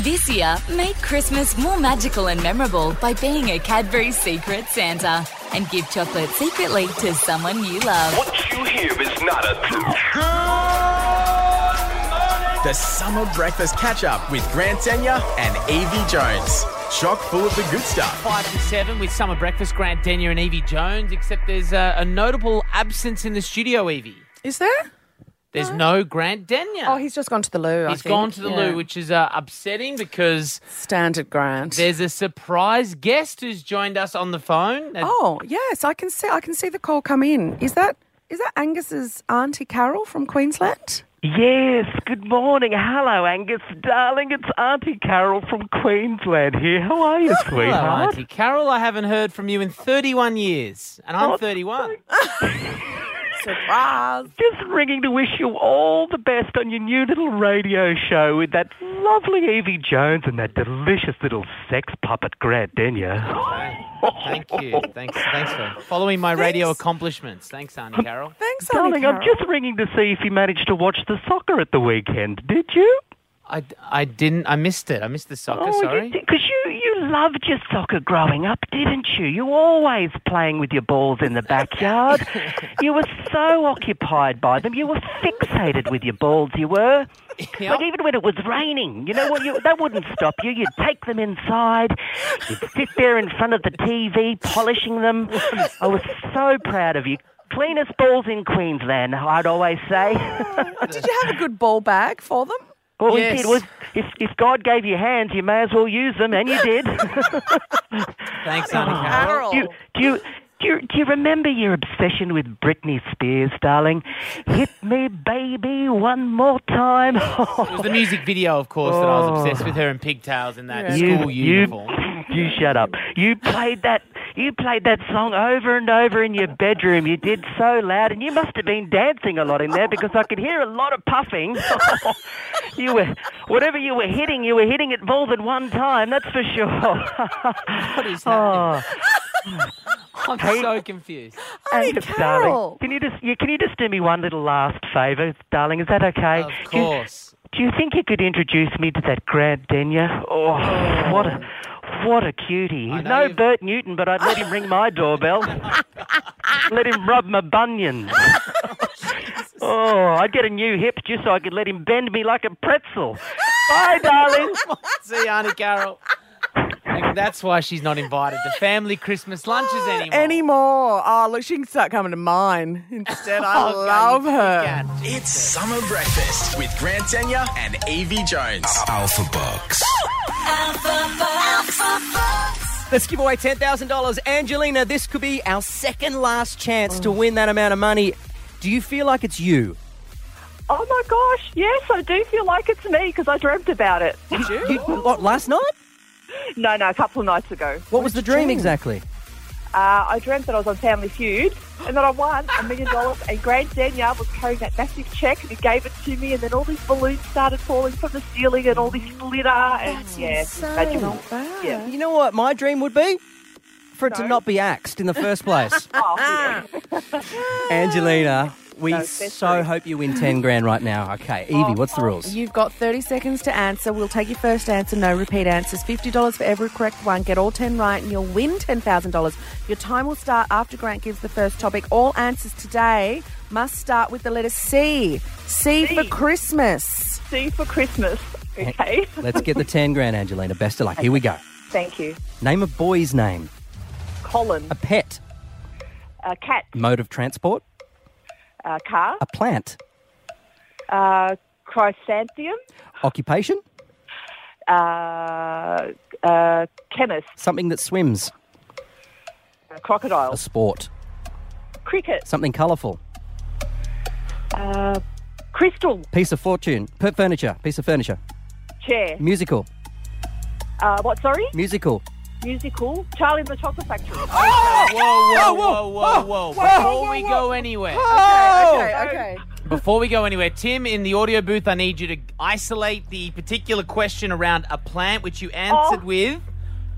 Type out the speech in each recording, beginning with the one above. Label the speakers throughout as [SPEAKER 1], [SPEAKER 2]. [SPEAKER 1] This year, make Christmas more magical and memorable by being a Cadbury Secret Santa and give chocolate secretly to someone you love.
[SPEAKER 2] What you hear is not a truth.
[SPEAKER 3] The Summer Breakfast Catch Up with Grant Tenya and Evie Jones. Chock full of the good stuff.
[SPEAKER 4] Five to seven with summer breakfast. Grant Denyer and Evie Jones. Except there's a, a notable absence in the studio. Evie,
[SPEAKER 5] Is there?
[SPEAKER 4] there's no Grant Denyer.
[SPEAKER 5] Oh, he's just gone to the loo.
[SPEAKER 4] he's gone to the loo, which is uh, upsetting because
[SPEAKER 5] standard Grant.
[SPEAKER 4] there's a surprise guest who's joined us on the phone. Uh,
[SPEAKER 5] Oh yes, I can see. I can see the call come in. Is that is that Angus's auntie Carol from Queensland?
[SPEAKER 6] Yes, good morning. Hello, Angus, darling. It's Auntie Carol from Queensland here. How are you,
[SPEAKER 4] hello,
[SPEAKER 6] sweetheart?
[SPEAKER 4] Auntie Carol. I haven't heard from you in 31 years, and I'm 31.
[SPEAKER 5] Surprise!
[SPEAKER 6] Just ringing to wish you all the best on your new little radio show with that lovely Evie Jones and that delicious little sex puppet Grant Denyer.
[SPEAKER 4] Thank you. Thanks. Thanks for following my radio accomplishments. Thanks, Auntie Carol.
[SPEAKER 5] Thanks, auntie
[SPEAKER 6] Darling,
[SPEAKER 5] Carol.
[SPEAKER 6] I'm just ringing to see if you managed to watch the soccer at the weekend. Did you?
[SPEAKER 4] I, I didn't. I missed it. I missed the
[SPEAKER 5] Oh,
[SPEAKER 4] soccer. sorry.
[SPEAKER 6] because Oh, you, you loved your soccer growing up, didn't you? You were always playing with your balls in the backyard. you were so occupied by them. You were fixated with your balls. You were.
[SPEAKER 4] Yep.
[SPEAKER 6] Like even when it was raining, you know what? You, that wouldn't stop you. You'd take them inside. You'd sit there in front of the TV polishing them. I was so proud of you. Cleanest balls in Queensland, I'd always say.
[SPEAKER 5] Did you have a good ball bag for them?
[SPEAKER 6] What
[SPEAKER 4] Yes.
[SPEAKER 6] we did was, if, if God gave you hands, you may as well use them, and you did.
[SPEAKER 4] Thanks, Auntie
[SPEAKER 5] Ah.
[SPEAKER 4] Carol.
[SPEAKER 6] do, you, do, you, do, you, do you remember your obsession with Britney Spears, darling? Hit me, baby, one more time. Oh,
[SPEAKER 4] It was the music video, of course, that I was obsessed with her in pigtails in that school uniform.
[SPEAKER 6] You, you shut up. You played that. You played that song over and over in your bedroom. You did so loud, and you must have been dancing a lot in there because I could hear a lot of puffing. you were whatever you were hitting, you were hitting it more than one time. That's for sure.
[SPEAKER 4] What is happening?
[SPEAKER 6] oh,
[SPEAKER 4] I'm so confused.
[SPEAKER 5] Auntie
[SPEAKER 6] Angus,
[SPEAKER 5] Carol.
[SPEAKER 6] darling, can you just you, can you just do me one little last favour, darling? Is that okay?
[SPEAKER 4] Of
[SPEAKER 6] Do you-
[SPEAKER 4] course.
[SPEAKER 6] Do you think you could introduce me to that Grant Denyer? Oh, what a what a cutie.
[SPEAKER 4] I
[SPEAKER 6] He's
[SPEAKER 4] know
[SPEAKER 6] no
[SPEAKER 4] you've-
[SPEAKER 6] Bert Newton, but I'd let him ring my doorbell. let him rub my bunions. oh, I'd get a new hip just so I could let him bend me like a pretzel. Bye, darling.
[SPEAKER 4] See, Auntie Carol. And that's why she's not invited to family Christmas lunches anymore.
[SPEAKER 5] Anymore? Oh, look, she can start coming to mine instead. I
[SPEAKER 4] Okay,
[SPEAKER 5] love
[SPEAKER 4] Oh, you
[SPEAKER 5] her.
[SPEAKER 4] can.
[SPEAKER 3] It's Summer Breakfest with Grant Tenya and Evie Jones.
[SPEAKER 7] Alpha Box.
[SPEAKER 8] Let's give away $10,000. Angelina, this could be our second last chance to win that amount of money. Do you feel like it's you?
[SPEAKER 9] Oh my gosh, yes, I do feel like it's me because I dreamt about it.
[SPEAKER 8] you what, last night?
[SPEAKER 9] no, no, a couple of nights ago.
[SPEAKER 8] What was the dream exactly?
[SPEAKER 9] Uh, I dreamt that I was on Family Feud and that I won a million dollars and Grand Danyard was carrying that massive check and he gave it to me and then all these balloons started falling from the ceiling and all this glitter and yeah, it's magical. Yeah.
[SPEAKER 8] You know what my dream would be? For it to
[SPEAKER 9] No.
[SPEAKER 8] not be axed in the first place.
[SPEAKER 9] Oh, yeah.
[SPEAKER 8] Angelina, we
[SPEAKER 9] No, best
[SPEAKER 8] so
[SPEAKER 9] dream.
[SPEAKER 8] hope you win 10 grand right now. Okay, E, Evie, what's the rules?
[SPEAKER 5] You've got 30 seconds to answer. We'll take your first answer, no repeat answers. $50 for every correct one. Get all 10 right and you'll win $10,000. Your time will start after Grant gives the first topic. All answers today must start with the letter C. C, for Christmas.
[SPEAKER 9] See you for Christmas. Okay.
[SPEAKER 8] Let's get the 10 grand, Angelina. Best of luck. Here we go.
[SPEAKER 9] Thank you.
[SPEAKER 8] Name a boy's name,
[SPEAKER 9] Colin,
[SPEAKER 8] a pet,
[SPEAKER 9] a cat,
[SPEAKER 8] mode of transport,
[SPEAKER 9] a car,
[SPEAKER 8] a plant,
[SPEAKER 9] uh, chrysanthemum,
[SPEAKER 8] occupation,
[SPEAKER 9] uh, uh, chemist,
[SPEAKER 8] something that swims,
[SPEAKER 9] crocodile,
[SPEAKER 8] a sport,
[SPEAKER 9] cricket,
[SPEAKER 8] something colourful,
[SPEAKER 9] uh, crystal,
[SPEAKER 8] piece of fortune, per furniture, piece of furniture,
[SPEAKER 9] chair.
[SPEAKER 8] musical,
[SPEAKER 9] Uh, what, sorry?
[SPEAKER 8] musical.
[SPEAKER 9] Musical? Charlie and the Chocolate Factory.
[SPEAKER 8] Oh!
[SPEAKER 4] Whoa, whoa, whoa, whoa, whoa. Before we go anywhere,
[SPEAKER 8] Oh,
[SPEAKER 5] Okay, okay.
[SPEAKER 4] before we go anywhere, Tim, in the audio booth, I need you to isolate the particular question around a plant which you answered
[SPEAKER 9] Oh.
[SPEAKER 4] with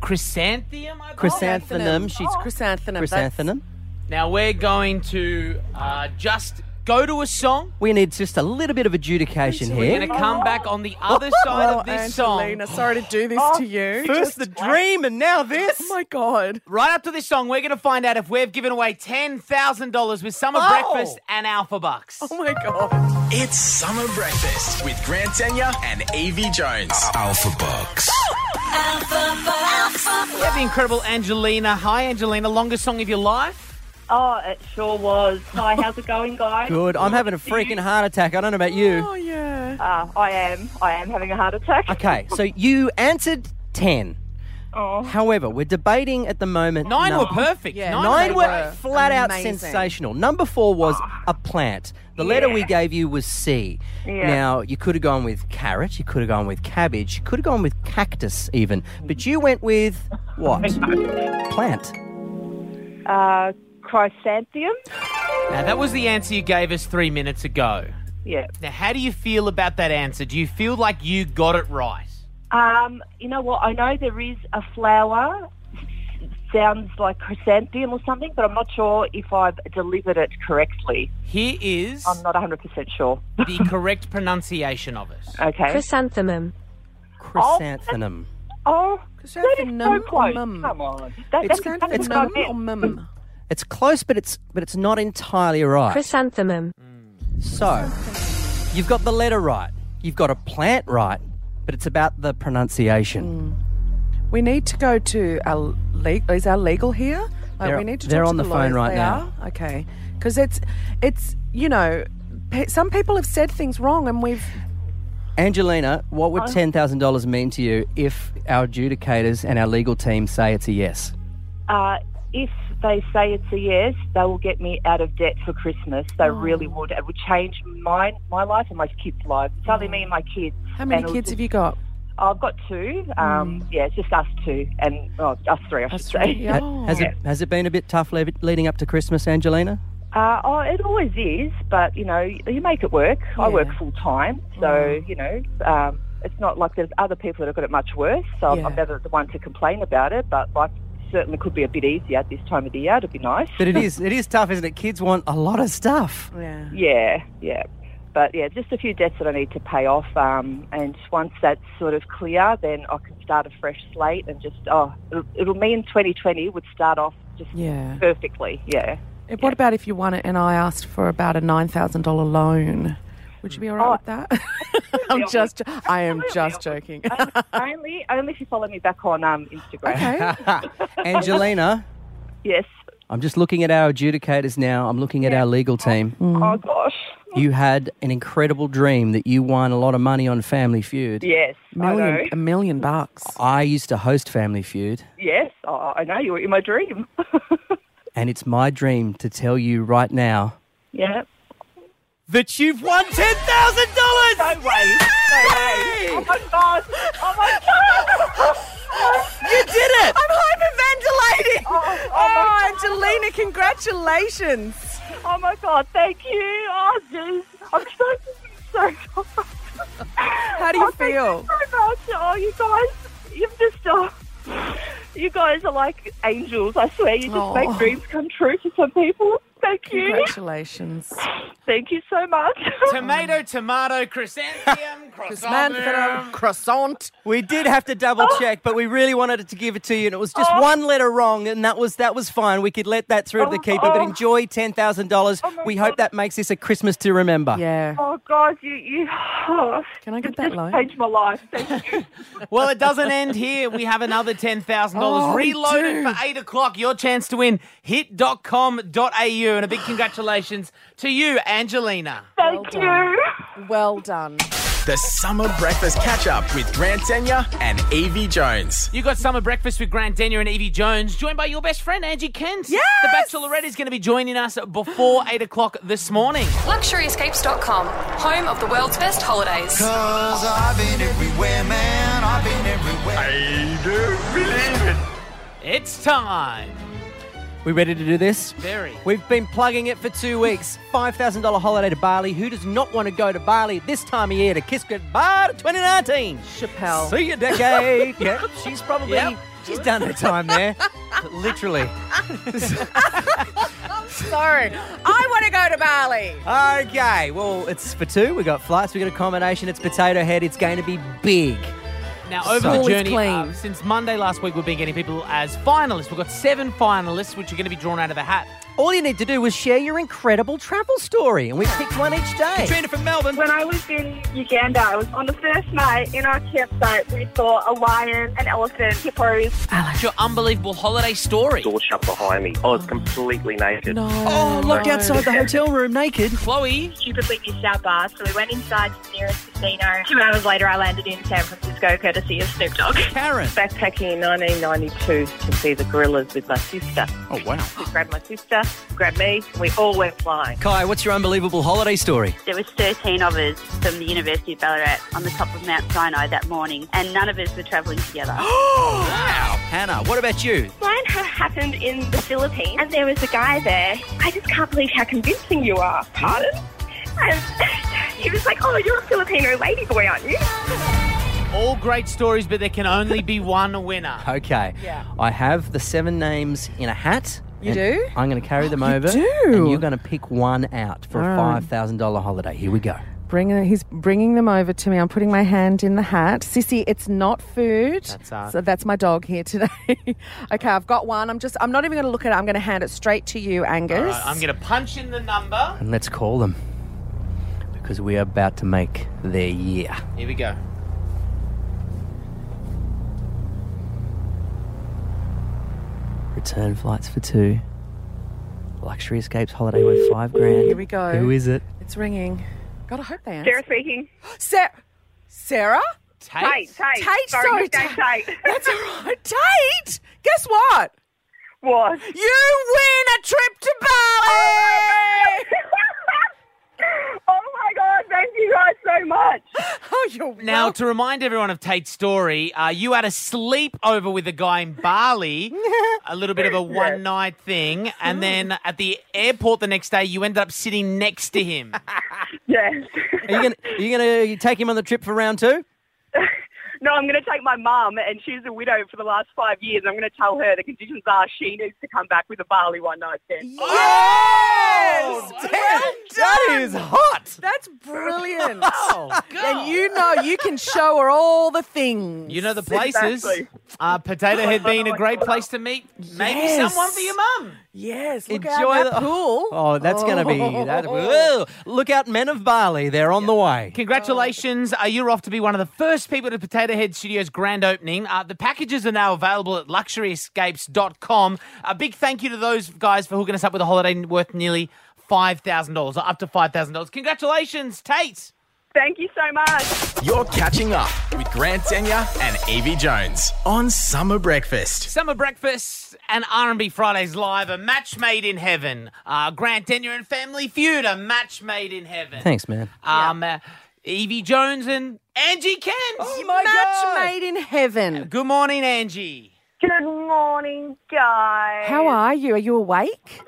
[SPEAKER 4] chrysanthemum. I believe?
[SPEAKER 5] Oh.
[SPEAKER 8] Chrysanthemum. She's
[SPEAKER 5] Chrysanthemum. That's-
[SPEAKER 8] chrysanthemum.
[SPEAKER 4] Now we're going to uh, just go to a song.
[SPEAKER 8] We need just a little bit of adjudication
[SPEAKER 4] We're
[SPEAKER 8] here.
[SPEAKER 4] going to come back on the other side
[SPEAKER 5] Oh,
[SPEAKER 4] of this
[SPEAKER 5] Angelina,
[SPEAKER 4] song.
[SPEAKER 5] sorry to do this to you.
[SPEAKER 8] First the dream and now this.
[SPEAKER 5] Oh my god.
[SPEAKER 4] Right up to this song, we're going to find out if we've given away $10,000 with Summer
[SPEAKER 8] Oh.
[SPEAKER 4] Breakfast and Alpha Bucks.
[SPEAKER 5] Oh my god.
[SPEAKER 3] It's Summer Breakfast with Grant Tenya and AV Jones.
[SPEAKER 7] Alpha Bucks.
[SPEAKER 4] We have the incredible Angelina. Hi, Angelina. Longest song of your life?
[SPEAKER 9] Oh, it sure was. Hi, how's it going, guys?
[SPEAKER 8] Good. I'm having a freaking heart attack. I don't know about
[SPEAKER 5] Oh
[SPEAKER 8] you.
[SPEAKER 5] yeah.
[SPEAKER 9] Uh, I am. I am having a heart attack.
[SPEAKER 8] Okay, so you answered 10.
[SPEAKER 9] Oh.
[SPEAKER 8] However, we're debating at the moment.
[SPEAKER 4] Nine
[SPEAKER 8] num-
[SPEAKER 4] were perfect.
[SPEAKER 5] Yeah,
[SPEAKER 8] Nine
[SPEAKER 5] They
[SPEAKER 8] were
[SPEAKER 5] were
[SPEAKER 8] flat out
[SPEAKER 5] amazing.
[SPEAKER 8] sensational. Number four was a plant. The letter we gave you was C.
[SPEAKER 9] Yeah.
[SPEAKER 8] Now, you could have gone with carrot, you could have gone with cabbage, you could have gone with cactus even, but you went with what? plant.
[SPEAKER 9] Oh. Uh, chrysanthemum.
[SPEAKER 4] Now, that was the answer you gave us three minutes ago.
[SPEAKER 9] Yeah.
[SPEAKER 4] Now, how do you feel about that answer? Do you feel like you got it right?
[SPEAKER 9] Um, you know what? I know there is a flower. Sounds like chrysanthemum or something, but I'm not sure if I've delivered it correctly.
[SPEAKER 4] Here is
[SPEAKER 9] I'm not 100% sure.
[SPEAKER 4] the correct pronunciation of it.
[SPEAKER 9] okay.
[SPEAKER 10] Chrysanthemum.
[SPEAKER 8] Chrysanthemum.
[SPEAKER 9] oh, that is so
[SPEAKER 5] Chrysanthemum or
[SPEAKER 9] close.
[SPEAKER 5] mum?
[SPEAKER 9] Come on. That,
[SPEAKER 8] It's
[SPEAKER 9] that's
[SPEAKER 8] kind
[SPEAKER 9] kind
[SPEAKER 8] of- it's
[SPEAKER 5] Mum or mum?
[SPEAKER 8] It's close, but it's but it's not entirely right.
[SPEAKER 10] Chrysanthemum.
[SPEAKER 8] So, you've got the letter right, you've got a plant right, but it's about the pronunciation.
[SPEAKER 5] We need to go to our legal. Is our legal here? Like
[SPEAKER 8] They're-
[SPEAKER 5] we need to.
[SPEAKER 8] they're
[SPEAKER 5] talk
[SPEAKER 8] on
[SPEAKER 5] to
[SPEAKER 8] the
[SPEAKER 5] the
[SPEAKER 8] phone
[SPEAKER 5] lawyers.
[SPEAKER 8] right
[SPEAKER 5] they
[SPEAKER 8] now.
[SPEAKER 5] Are? Okay, because it's it's you know, pe- some people have said things wrong, and we've
[SPEAKER 8] Angelina, what would ten thousand dollars mean to you if our adjudicators and our legal team say it's a yes?
[SPEAKER 9] Uh, if they say it's a yes, they will get me out of debt for Christmas.
[SPEAKER 5] Oh.
[SPEAKER 9] They really would. It would change my my life and my kids' life. It's only me and my kids.
[SPEAKER 5] Oh. how many kids have you Mm. got?
[SPEAKER 9] I've got two. Um, Yeah, it's just us two and oh, us three, I should say.
[SPEAKER 5] Yeah.
[SPEAKER 8] Ha- Has it has it been a bit tough le- leading up to Christmas, Angelina?
[SPEAKER 9] Uh, oh, it always is, but you know, you make it work. I work full time, so
[SPEAKER 5] Mm.
[SPEAKER 9] you know, um, it's not like there's other people that have got it much worse. So I'm-
[SPEAKER 5] Yeah.
[SPEAKER 9] I'm never the one to complain about it, but life certainly could be a bit easier at this time of the year. It'd be nice.
[SPEAKER 8] But it is it is tough, isn't it? Kids want a lot of stuff.
[SPEAKER 5] Yeah.
[SPEAKER 9] Yeah, yeah. But yeah, just a few debts that I need to pay off. Um, and once that's sort of clear, then I can start a fresh slate and just, oh, it'll, it'll mean 2020 would start off just
[SPEAKER 5] Yeah.
[SPEAKER 9] perfectly. Yeah.
[SPEAKER 5] And What about if you won it and I asked for about a nine thousand dollar loan? Would you be all right with that? I'm just. I am just joking.
[SPEAKER 9] only, only if you follow me back on um, Instagram.
[SPEAKER 5] Uh okay.
[SPEAKER 8] Angelina,
[SPEAKER 9] Yes.
[SPEAKER 8] I'm just looking at our adjudicators now. I'm looking at our legal team.
[SPEAKER 9] Oh, gosh.
[SPEAKER 8] You had an incredible dream that you won a lot of money on Family Feud.
[SPEAKER 9] Yes. I know.
[SPEAKER 5] Million, a million bucks.
[SPEAKER 8] I used to host Family Feud.
[SPEAKER 9] Yes. Oh, I know. You were in my dream.
[SPEAKER 8] and it's my dream to tell you right now
[SPEAKER 9] yeah.
[SPEAKER 8] that you've won ten thousand dollars.
[SPEAKER 9] No way. No way. Oh, my God. Oh, my God.
[SPEAKER 8] You did it.
[SPEAKER 5] hyperventilating.
[SPEAKER 9] Oh,
[SPEAKER 5] Oh,
[SPEAKER 9] my God.
[SPEAKER 5] Angelina, congratulations.
[SPEAKER 9] Oh my god, thank you. Oh jeez. I'm so so
[SPEAKER 5] How do you feel?
[SPEAKER 9] Thank you so much. Oh you guys you've just uh, you guys are like angels, I swear. You just
[SPEAKER 5] Aw.
[SPEAKER 9] make dreams come true for some people. Thank you.
[SPEAKER 5] Congratulations.
[SPEAKER 9] Thank you so much.
[SPEAKER 4] Tomato, tomato, chrysanthemum, chrysanthemum.
[SPEAKER 5] croissant.
[SPEAKER 8] We did have to double check, but we really wanted to give it to you, and it was just
[SPEAKER 9] Oh.
[SPEAKER 8] one letter wrong, and that was that was fine. We could let that through to the
[SPEAKER 9] Oh,
[SPEAKER 8] keeper,
[SPEAKER 9] oh.
[SPEAKER 8] but enjoy ten thousand dollars.
[SPEAKER 9] Oh, my
[SPEAKER 8] We
[SPEAKER 9] God.
[SPEAKER 8] hope that makes this a Christmas to remember.
[SPEAKER 5] Yeah.
[SPEAKER 9] oh god, you you oh,
[SPEAKER 5] Can I get
[SPEAKER 9] you've
[SPEAKER 5] that
[SPEAKER 9] just
[SPEAKER 5] loan?
[SPEAKER 9] changed my life. Thank you.
[SPEAKER 4] Well, it doesn't end here. We have another $10,000
[SPEAKER 5] Oh, we
[SPEAKER 4] reloaded
[SPEAKER 5] do.
[SPEAKER 4] for 8 o'clock. Your chance to win hit.com.au. And a big congratulations to you, Angelina.
[SPEAKER 9] Thank you.
[SPEAKER 5] Well done.
[SPEAKER 3] The Summer Breakfast Catch Up with Grant Tenya and AV Jones.
[SPEAKER 4] You got summer breakfast with Grant Denyer and Evie Jones, joined by your best friend Angie Kent.
[SPEAKER 5] Yes!
[SPEAKER 4] the Bachelorette is going to be joining us before eight o'clock this morning.
[SPEAKER 10] LuxuryEscapes.com, home of the world's best holidays.
[SPEAKER 7] Cause I've been everywhere, man. I've been everywhere.
[SPEAKER 2] I don't believe it.
[SPEAKER 4] It's time.
[SPEAKER 8] We ready to do this?
[SPEAKER 4] Very.
[SPEAKER 8] We've been plugging it for two weeks. Five thousand dollar holiday to Bali. Who does not want to go to Bali this time of year to kiss goodbye to 2019?
[SPEAKER 5] Chappelle.
[SPEAKER 8] See you, decade. yeah, she's probably
[SPEAKER 4] Yep.
[SPEAKER 8] she's done her time there, literally.
[SPEAKER 5] So I want to go to Bali.
[SPEAKER 8] Okay, well, it's for two. We got flights, we got accommodation, it's potato head, it's going to be big.
[SPEAKER 4] Now, over
[SPEAKER 8] So-
[SPEAKER 4] the journey,
[SPEAKER 8] Always
[SPEAKER 4] uh, since Monday last week, we've been getting people as finalists. We've got seven finalists, which are going to be drawn out of a hat.
[SPEAKER 8] All you need to do was share your incredible travel story, and we picked one each day. Katrina from Melbourne.
[SPEAKER 11] When I was in Uganda, I was on the first night in our campsite. We saw a lion, an elephant, hippos.
[SPEAKER 4] Alex. Your unbelievable holiday story.
[SPEAKER 6] Door shut behind me. I was completely naked.
[SPEAKER 8] Oh, locked outside the hotel room naked.
[SPEAKER 4] Chloe.
[SPEAKER 11] Stupidly missed our bar, so we went inside to the nearest casino. Two hours later, I landed in San Francisco courtesy of Snoop Dogg.
[SPEAKER 8] Karen.
[SPEAKER 12] Backpacking in 1992 to see the gorillas with my sister. Oh, wow. grabbed my sister, grabbed me, and we all went flying.
[SPEAKER 8] Kai, what's your unbelievable holiday story?
[SPEAKER 13] There was 13 of us from the University of Ballarat on the top of Mount Sinai that morning, and none of us were travelling together.
[SPEAKER 8] wow. Hannah, what about you?
[SPEAKER 11] Mine happened in the Philippines, and there was a guy there. I just can't believe how convincing you are. Pardon? And he was like, "Oh, you're a Filipino ladyboy, aren't you?"
[SPEAKER 4] All great stories, but there can only be one winner.
[SPEAKER 8] Okay.
[SPEAKER 4] Yeah.
[SPEAKER 8] I have the seven names in a hat.
[SPEAKER 4] You
[SPEAKER 8] and
[SPEAKER 4] do?
[SPEAKER 8] I'm going to carry them over.
[SPEAKER 5] Oh, do? Ah.
[SPEAKER 8] And you're going to pick one out for a
[SPEAKER 5] All right.
[SPEAKER 8] $5,000 holiday. Here we go.
[SPEAKER 5] Bring it, he's bringing them over to me. I'm putting my hand in the hat. Sissy, it's not food.
[SPEAKER 8] That's art.
[SPEAKER 5] So that's my dog here today. okay, I've got one. I'm just, I'm not even going to look at it. I'm going to hand it straight to you, Angus.
[SPEAKER 4] All right, I'm going to punch in the number.
[SPEAKER 8] And let's call them because we are about to make their year.
[SPEAKER 4] Here we go.
[SPEAKER 8] Return flights for two. Luxury escapes holiday worth five grand.
[SPEAKER 5] Here we go.
[SPEAKER 8] Who is it?
[SPEAKER 5] It's ringing. God, I hope they answer.
[SPEAKER 11] Sarah speaking.
[SPEAKER 5] Sarah. Sarah?
[SPEAKER 11] Tate, Tate.
[SPEAKER 5] Tate,
[SPEAKER 11] Sorry,
[SPEAKER 5] sorry.
[SPEAKER 11] nickname
[SPEAKER 5] Tate. That's all right. Tate! Guess what?
[SPEAKER 11] What?
[SPEAKER 5] You win a trip to Bali!
[SPEAKER 11] Oh my god! Thank you guys so much.
[SPEAKER 5] Oh, you're
[SPEAKER 4] Now, to remind everyone of Tate's story, uh, you had a sleepover with a guy in Bali, a little bit of a one night thing, and then at the airport the next day, you ended up sitting next to him.
[SPEAKER 11] Yes.
[SPEAKER 8] Are you going to you gonna take him on the trip for round two?
[SPEAKER 11] No, I'm going to take my mum, and she's a widow for the last five years. I'm going to tell her the conditions are she needs to come back with a barley one night stand.
[SPEAKER 5] Yes!
[SPEAKER 8] That is hot.
[SPEAKER 5] That's brilliant. and you know you can show her all the things.
[SPEAKER 4] You know the places. Uh, Potato Head being a great place to meet maybe
[SPEAKER 5] Yes.
[SPEAKER 4] someone for your mum.
[SPEAKER 5] Yes, look Enjoy out that pool.
[SPEAKER 8] Oh, that's going to be. That, whoa. Look out, men of Bali. They're on the way.
[SPEAKER 4] Congratulations. Uh, you're off to be one of the first people to Potato Head Studios' grand opening. Uh, the packages are now available at luxuryescapes.com. A big thank you to those guys for hooking us up with a holiday worth nearly $5,000, or up to $5,000. Congratulations, Tate.
[SPEAKER 11] Thank you so much.
[SPEAKER 3] You're catching up with Grant Senya and Evie Jones on Summer Breakfast.
[SPEAKER 4] Summer Breakfast and R&B Fridays Live, a match made in heaven. Uh, Grant Denyer and Family Feud, a match made in heaven.
[SPEAKER 8] Thanks, man.
[SPEAKER 4] Um, uh, Evie Jones and Angie Kent.
[SPEAKER 5] Oh Match made in heaven.
[SPEAKER 4] Good morning, Angie.
[SPEAKER 12] Good morning, guys.
[SPEAKER 5] How are you? Are you awake?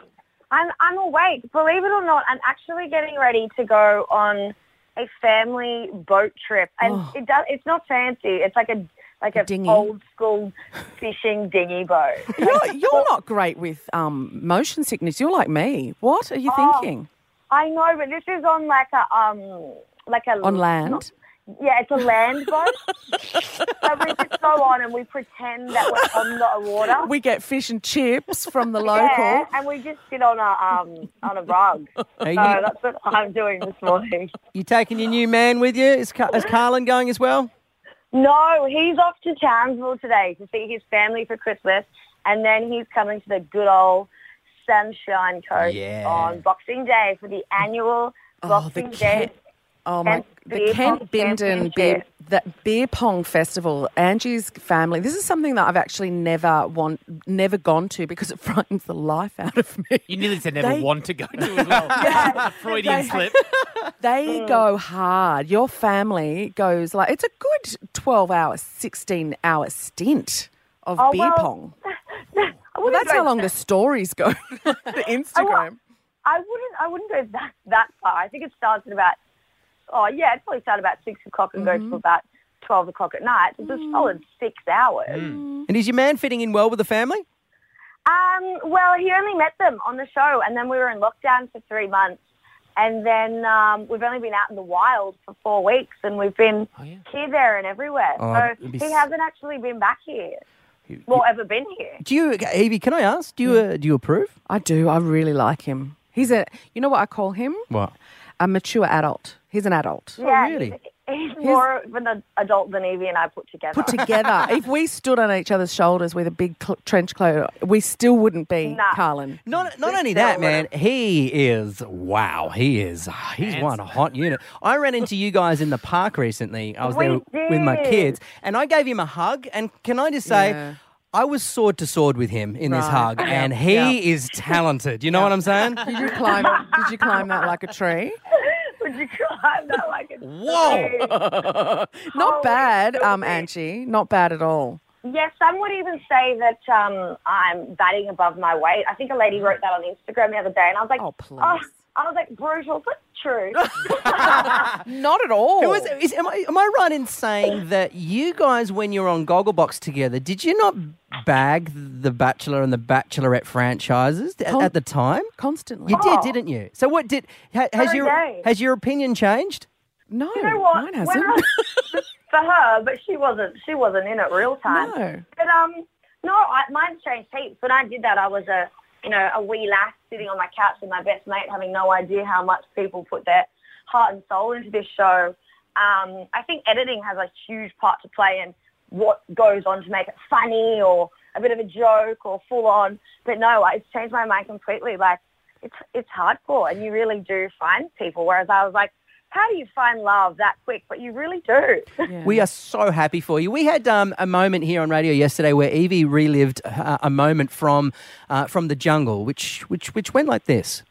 [SPEAKER 12] I'm, I'm awake. Believe it or not, I'm actually getting ready to go on a family boat trip, and
[SPEAKER 5] Oh.
[SPEAKER 12] it does. It's not fancy. It's like a like a,
[SPEAKER 5] dinghy.
[SPEAKER 12] old school fishing dinghy boat.
[SPEAKER 5] You're, you're not great with um, motion sickness. You're like me. What are you
[SPEAKER 12] Oh.
[SPEAKER 5] thinking?
[SPEAKER 12] I know, but this is on like a um like a
[SPEAKER 5] On land?
[SPEAKER 12] not- yeah, it's a land boat. so we just go on and we pretend that we're on the water.
[SPEAKER 5] We get fish and chips from the local.
[SPEAKER 12] Yeah, and we just sit on a um on a rug. So
[SPEAKER 5] Uh,
[SPEAKER 8] Are you-
[SPEAKER 12] that's what I'm doing this morning.
[SPEAKER 8] You taking your new man with you? Is, Ca- is Carlin going as well?
[SPEAKER 12] No, he's off to Townsville today to see his family for Christmas, and then he's coming to the good old Sunshine Coast
[SPEAKER 5] Yeah.
[SPEAKER 12] on Boxing Day for the annual Boxing Day.
[SPEAKER 5] Oh my!
[SPEAKER 12] Kent
[SPEAKER 5] The
[SPEAKER 12] Beer
[SPEAKER 5] Kent
[SPEAKER 12] Pong
[SPEAKER 5] Bindon beer,
[SPEAKER 12] Championship.
[SPEAKER 5] that beer pong festival. Angie's family. This is something that I've actually never want, never gone to because it frightens the life out of me.
[SPEAKER 4] You nearly said never
[SPEAKER 5] They-
[SPEAKER 4] want to go to as well. Freudian
[SPEAKER 5] They-
[SPEAKER 4] slip.
[SPEAKER 5] They
[SPEAKER 12] Mm.
[SPEAKER 5] go hard. Your family goes like it's a good twelve hour, sixteen hour stint of
[SPEAKER 12] Oh,
[SPEAKER 5] beer
[SPEAKER 12] well,
[SPEAKER 5] pong.
[SPEAKER 12] I
[SPEAKER 5] Well,
[SPEAKER 12] wouldn't
[SPEAKER 5] that's
[SPEAKER 12] go
[SPEAKER 5] how long the
[SPEAKER 12] that-
[SPEAKER 5] stories go.
[SPEAKER 12] Oh,
[SPEAKER 5] the Instagram.
[SPEAKER 12] I wouldn't. I wouldn't go that that far. I think it starts at about. Oh yeah, it probably starts about six o'clock and
[SPEAKER 5] Mm-hmm.
[SPEAKER 12] goes till about twelve o'clock at night. It's a solid six hours.
[SPEAKER 8] And is your man fitting in well with the family?
[SPEAKER 12] Um, well, he only met them on the show, and then we were in lockdown for three months, and then um, we've only been out in the wild for four weeks, and we've been here, there, and everywhere.
[SPEAKER 8] Oh,
[SPEAKER 12] so
[SPEAKER 8] it'd be
[SPEAKER 12] he
[SPEAKER 8] s-
[SPEAKER 12] hasn't actually been back here, well, ever been here.
[SPEAKER 8] Do you, Evie? Can I ask? Do you uh, do you approve?
[SPEAKER 5] I do. I really like him. He's a. You know what I call him?
[SPEAKER 8] What?
[SPEAKER 5] A mature adult. He's an adult.
[SPEAKER 8] Oh,
[SPEAKER 12] yeah, He's, he's more of an ad- adult than Evie and I put together.
[SPEAKER 5] Put together. if we stood on each other's shoulders with a big cl- trench coat, we still wouldn't be
[SPEAKER 12] Nah.
[SPEAKER 5] Carlin.
[SPEAKER 8] Not not only that, man. He is wow. He is he's one hot unit. I ran into you guys in the park recently. I was
[SPEAKER 5] We
[SPEAKER 8] there with my
[SPEAKER 5] did.
[SPEAKER 8] kids, and I gave him a hug. And can I just say?
[SPEAKER 5] Yeah.
[SPEAKER 8] I was sword to sword with him in this
[SPEAKER 5] Right.
[SPEAKER 8] hug,
[SPEAKER 5] Yeah.
[SPEAKER 8] and he
[SPEAKER 5] Yeah.
[SPEAKER 8] is talented. You know what I'm saying?
[SPEAKER 5] Did you climb? did you climb that like a tree?
[SPEAKER 12] Would you climb that like a
[SPEAKER 8] Whoa!
[SPEAKER 5] Not bad, um, Angie. Not bad at all.
[SPEAKER 12] Yeah, some would even say that um, I'm batting above my weight. I think a lady wrote that on Instagram the other day, and I was like, oh, please. I was like, brutal, but true.
[SPEAKER 5] Not at all.
[SPEAKER 8] Who is, is, am, I, am I right in saying that you guys, when you're on Gogglebox together, did you not bag the Bachelor and the Bachelorette franchises at, at the time?
[SPEAKER 5] Constantly.
[SPEAKER 8] You did,
[SPEAKER 12] Oh.
[SPEAKER 8] didn't you? So what did ha, has
[SPEAKER 12] Every
[SPEAKER 8] your
[SPEAKER 12] day.
[SPEAKER 8] has your opinion changed?
[SPEAKER 5] No,
[SPEAKER 12] you know what?
[SPEAKER 5] mine
[SPEAKER 12] When
[SPEAKER 5] hasn't.
[SPEAKER 12] I- for her, but she wasn't. She wasn't in it real time.
[SPEAKER 5] No.
[SPEAKER 12] But um, no, I, mine's changed heaps. When I did that, I was a you know a wee lass sitting on my couch with my best mate, having no idea how much people put their heart and soul into this show. Um, I think editing has a huge part to play in what goes on to make it funny or a bit of a joke or full on. But no, I- it's changed my mind completely. Like it's it's hardcore, and you really do find people. Whereas I was like. How do you find love that quick? But you really do.
[SPEAKER 8] We are so happy for you. We had um, a moment here on radio yesterday where Evie relived uh, a moment from uh, from the jungle, which which which went like this.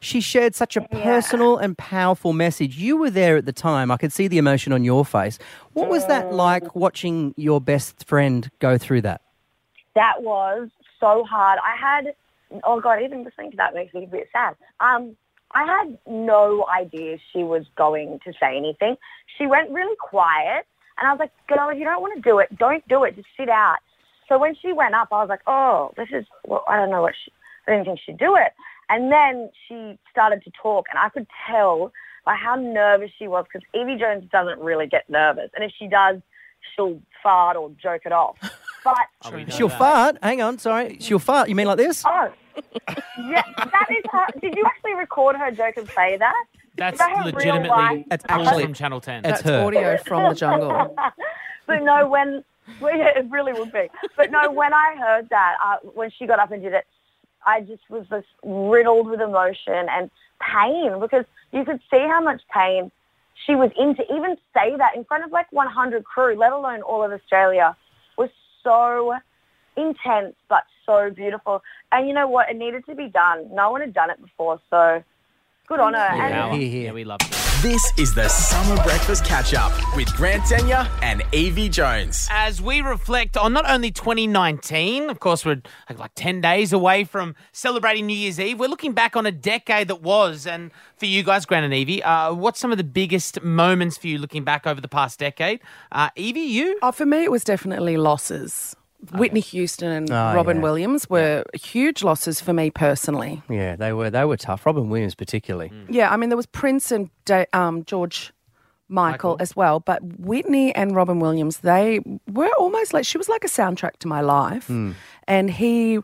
[SPEAKER 8] She shared such a personal and powerful message. You were there at the time. I could see the emotion on your face. What was that like watching your best friend go through that?
[SPEAKER 12] that was so hard. I had, oh God, even listening to that makes me a bit sad. Um, I had no idea she was going to say anything. She went really quiet, and I was like, girl, if you don't want to do it, don't do it. Just sit out. So when she went up, I was like, oh, this is, well, I don't know what she, I didn't think she'd do it. And then she started to talk, and I could tell by how nervous she was because Evie Jones doesn't really get nervous. And if she does, she'll fart or joke it off. But
[SPEAKER 4] Oh,
[SPEAKER 8] She'll fart. Hang on, sorry. She'll fart. You mean like this?
[SPEAKER 12] Oh, yeah, that is her. Did you actually record her joke and play that?
[SPEAKER 4] That's
[SPEAKER 12] Is that her real life?
[SPEAKER 4] legitimately
[SPEAKER 8] That's
[SPEAKER 4] pulled
[SPEAKER 8] actually-
[SPEAKER 4] from Channel 10.
[SPEAKER 8] that's That's her. audio
[SPEAKER 5] from the jungle.
[SPEAKER 12] but no, when well, yeah, it really would be. But no, when I heard that, uh, when she got up and did it, I just was just riddled with emotion and pain because you could see how much pain she was in to even say that in front of like 100 crew, let alone all of Australia, was so intense but so beautiful. And you know what? It needed to be done. No one had done it before, so good on her. And-
[SPEAKER 4] Yeah,
[SPEAKER 3] Here,
[SPEAKER 4] yeah, we love it.
[SPEAKER 3] This is the Summer Breakfast Catch Up with Grant Tenya and Evie Jones.
[SPEAKER 4] As we reflect on not only 2019, of course, we're like, like 10 days away from celebrating New Year's Eve. We're looking back on a decade that was. And for you guys, Grant and Evie, uh, what's some of the biggest moments for you looking back over the past decade? Uh, Evie, you?
[SPEAKER 5] Oh, for me, it was definitely losses. Whitney Houston and
[SPEAKER 8] Oh,
[SPEAKER 5] Robin
[SPEAKER 8] yeah.
[SPEAKER 5] Williams were huge losses for me personally.
[SPEAKER 8] Yeah, they were they were tough. Robin Williams particularly.
[SPEAKER 5] Yeah, I mean, there was Prince and da- um, George Michael, as well, but Whitney and Robin Williams, they were almost like she was like a soundtrack to my life,
[SPEAKER 8] Hmm.
[SPEAKER 5] and he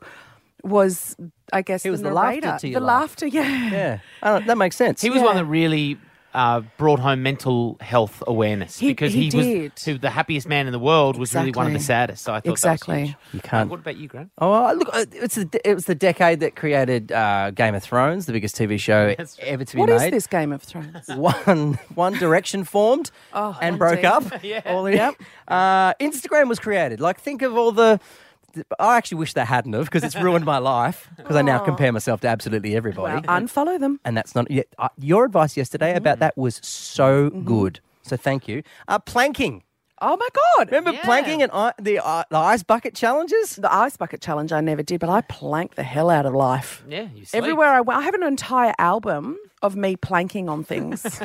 [SPEAKER 5] was, I guess,
[SPEAKER 8] He was
[SPEAKER 5] the,
[SPEAKER 8] the laughter
[SPEAKER 5] narrator.
[SPEAKER 8] to your
[SPEAKER 5] the
[SPEAKER 8] life.
[SPEAKER 5] laughter, yeah,
[SPEAKER 8] Yeah, I don't- that makes sense.
[SPEAKER 4] He was one that really uh, brought home mental health awareness
[SPEAKER 5] He-
[SPEAKER 4] because
[SPEAKER 5] he
[SPEAKER 4] he,
[SPEAKER 5] did.
[SPEAKER 4] was who the happiest man in the world was really one of the
[SPEAKER 5] Exactly.
[SPEAKER 4] saddest. So I thought that was
[SPEAKER 5] Exactly.
[SPEAKER 4] huge.
[SPEAKER 8] You can't-
[SPEAKER 4] Uh, What about you, Grant?
[SPEAKER 8] Oh, uh, look, uh, it's the, it was the decade that created uh, Game of Thrones, the biggest TV show ever to be
[SPEAKER 5] What is
[SPEAKER 8] made.
[SPEAKER 5] this Game of Thrones?
[SPEAKER 8] One One Direction formed
[SPEAKER 5] Oh,
[SPEAKER 8] and
[SPEAKER 5] one
[SPEAKER 8] broke
[SPEAKER 5] deep.
[SPEAKER 8] up.
[SPEAKER 5] Yeah.
[SPEAKER 8] All in- Uh, Instagram was created. Like, think of all the. I actually wish they hadn't have because it's ruined my life because I now compare myself to absolutely everybody.
[SPEAKER 5] Well, Uh, unfollow them.
[SPEAKER 8] and that's not yet.
[SPEAKER 5] Mm-hmm.
[SPEAKER 8] Uh, your advice yesterday about that was so good. So thank you. Uh, planking.
[SPEAKER 5] Oh my god!
[SPEAKER 8] Remember planking and I, the uh, the ice bucket challenges?
[SPEAKER 5] The ice bucket challenge I never did, but I planked the hell out of life.
[SPEAKER 4] Yeah, you sleep.
[SPEAKER 5] Everywhere I went, I have an entire album of me planking on things.